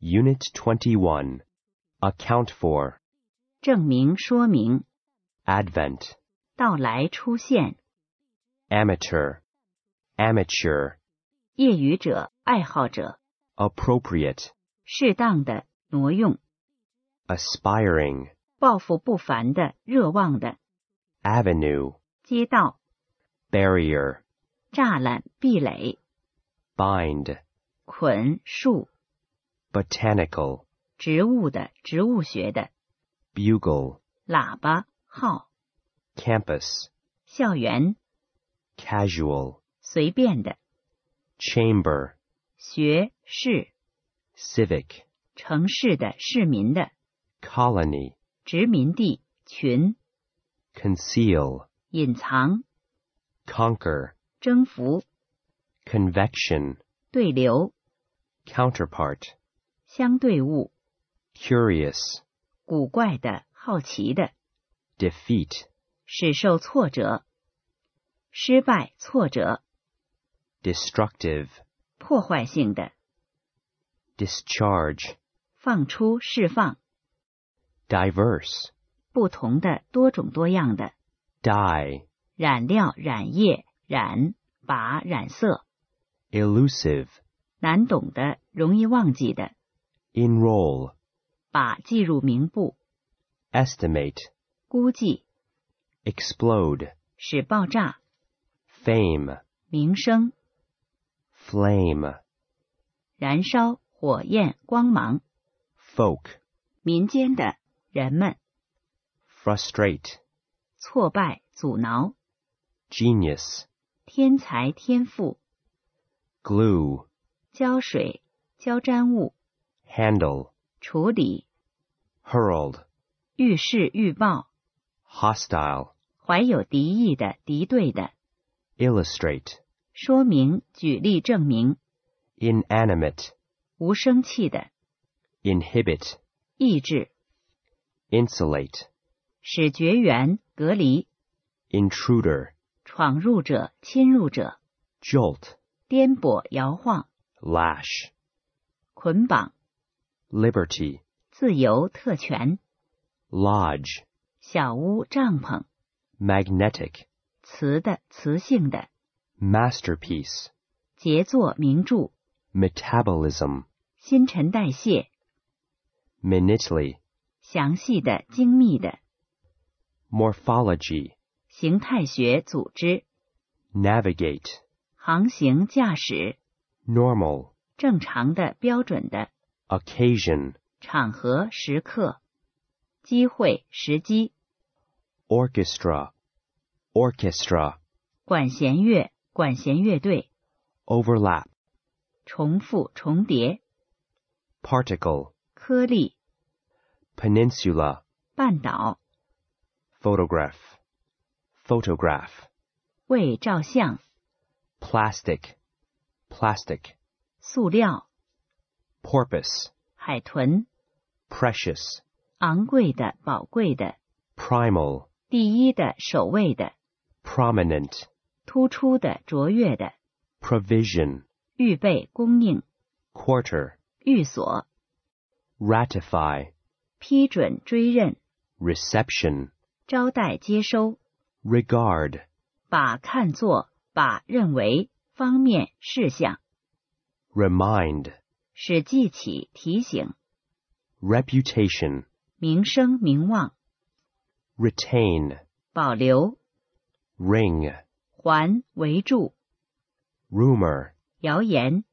Unit 21. Account for. 证明说明 Advent. 到来出现 Amateur. Amateur. 业余者、爱好者 Appropriate. 适当的挪用 Aspiring. 抱负不凡的、热望的 Avenue. 街道 Barrier. 栅栏、壁垒、 Bind. 捆树、 Botanical. 植物的、植物学的、 Bugle. 喇叭、号、 Campus. 校园、 Casual. 随便的、 Chamber. 学士、 Civic. 城市的、市民的、 Colony. 殖民地、群、 Conceal. 隐藏、 Conquer. 征服、 Convection. 对流、 Counterpart. 相对物、 Curious. 古怪的、好奇的， Defeat. 使受挫折、失败、挫折、 Destructive. 破坏性的、 Discharge. 放出、释放、 Diverse. 不同的、多种多样的。 Dye. 染料、染液、染、把、染色， Elusive. 难懂的、容易忘记的， Enroll. 把记入名簿， Estimate. 估计， Explode. 使爆炸， Fame. 名声， Flame. 燃烧，火焰，光芒， Folk. 民间的人们， Frustrate. 挫败，阻挠， Genius. 天才，天赋， Glue. 胶水，胶粘物， Handle. 处理， Hurled. 预示预报， Hostile. 怀有敌意的、敌对的， Illustrate. 说明，举例证明， Inanimate. 无生气的， Inhibit. 抑制。 Insulate. 使绝缘、隔离、 Intruder. 闯入者、侵入者、 Jolt. 颠簸、摇晃、 Lash. 捆绑、 Liberty. 自由、特权、 Lodge. 小屋、帐篷、 Magnetic. 磁的、磁性的、 Masterpiece. 杰作、名著、 Metabolism. 新陈代谢、 Minutely. 详细的、精密的、 Morphology. 形态学组织、 Navigate. 航行、驾驶、 Normal. 正常的、标准的、 Occasion. 场合、时刻、机会、时机、 Orchestra. Orchestra. 管弦乐、管弦乐队、 Overlap. 重复、重叠。 Particle. 颗粒、 Peninsula. 半岛、 Photograph. Photograph. 为照相、 Plastic. Plastic. 塑料、 Porpoise. 海豚、 Precious. 昂贵的、宝贵的、 Primal. 第一的、首位的、 Prominent. 突出的、卓越的、 Provision. 预备、供应、 Quarter. 寓所、 Ratify. 批准、追认、 Reception. 招待、接收、 Regard. 把看作、把认为、方面、事项、 Remind. 使记起、提醒、 Reputation. 名声、名望、 Retain. 保留、 Ring. 还、围住、 Rumor. 谣言、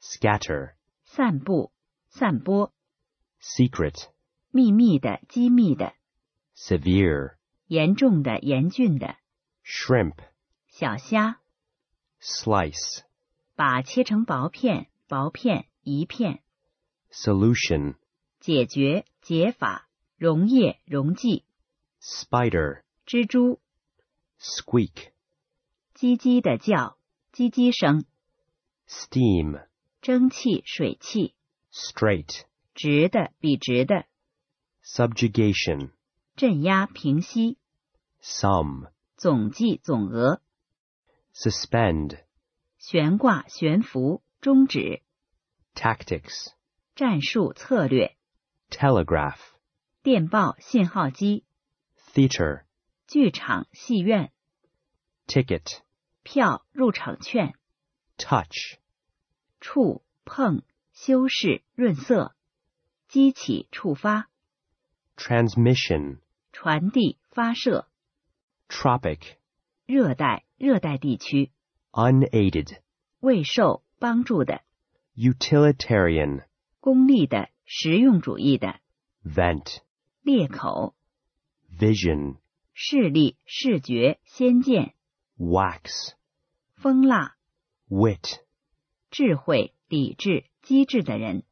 Scatter. 散布、散播。 Secret. 秘密的、机密的、 Severe. 严重的、严峻的。 Shrimp. 小虾 Slice. 把切成薄片，薄片一片。 Solution. 解决解法，溶液溶剂。 Spider. 蜘蛛 Squeak. 叽叽的叫，叽叽声。 Steam. 蒸汽、水汽， Straight. 直的、笔直的。 Subjugation. 镇压、平息。 Sum. 总计、总额。 Suspend. 悬挂、悬浮、终止。 Tactics. 战术策略、 telegraph, 电报信号机、 theater, 剧场、戏院、 ticket, 票、入场券、 touch, 触碰、修饰、润色、激起、触发、 transmission, 传递、发射、 tropic, 热带、热带地区、 unaided, 未受帮助的、 utilitarian, 功利的、实用主义的、 vent, 裂口、 vision, 视力、视觉、先见、 wax, 风辣、 wit. 智慧、理智、机智的人。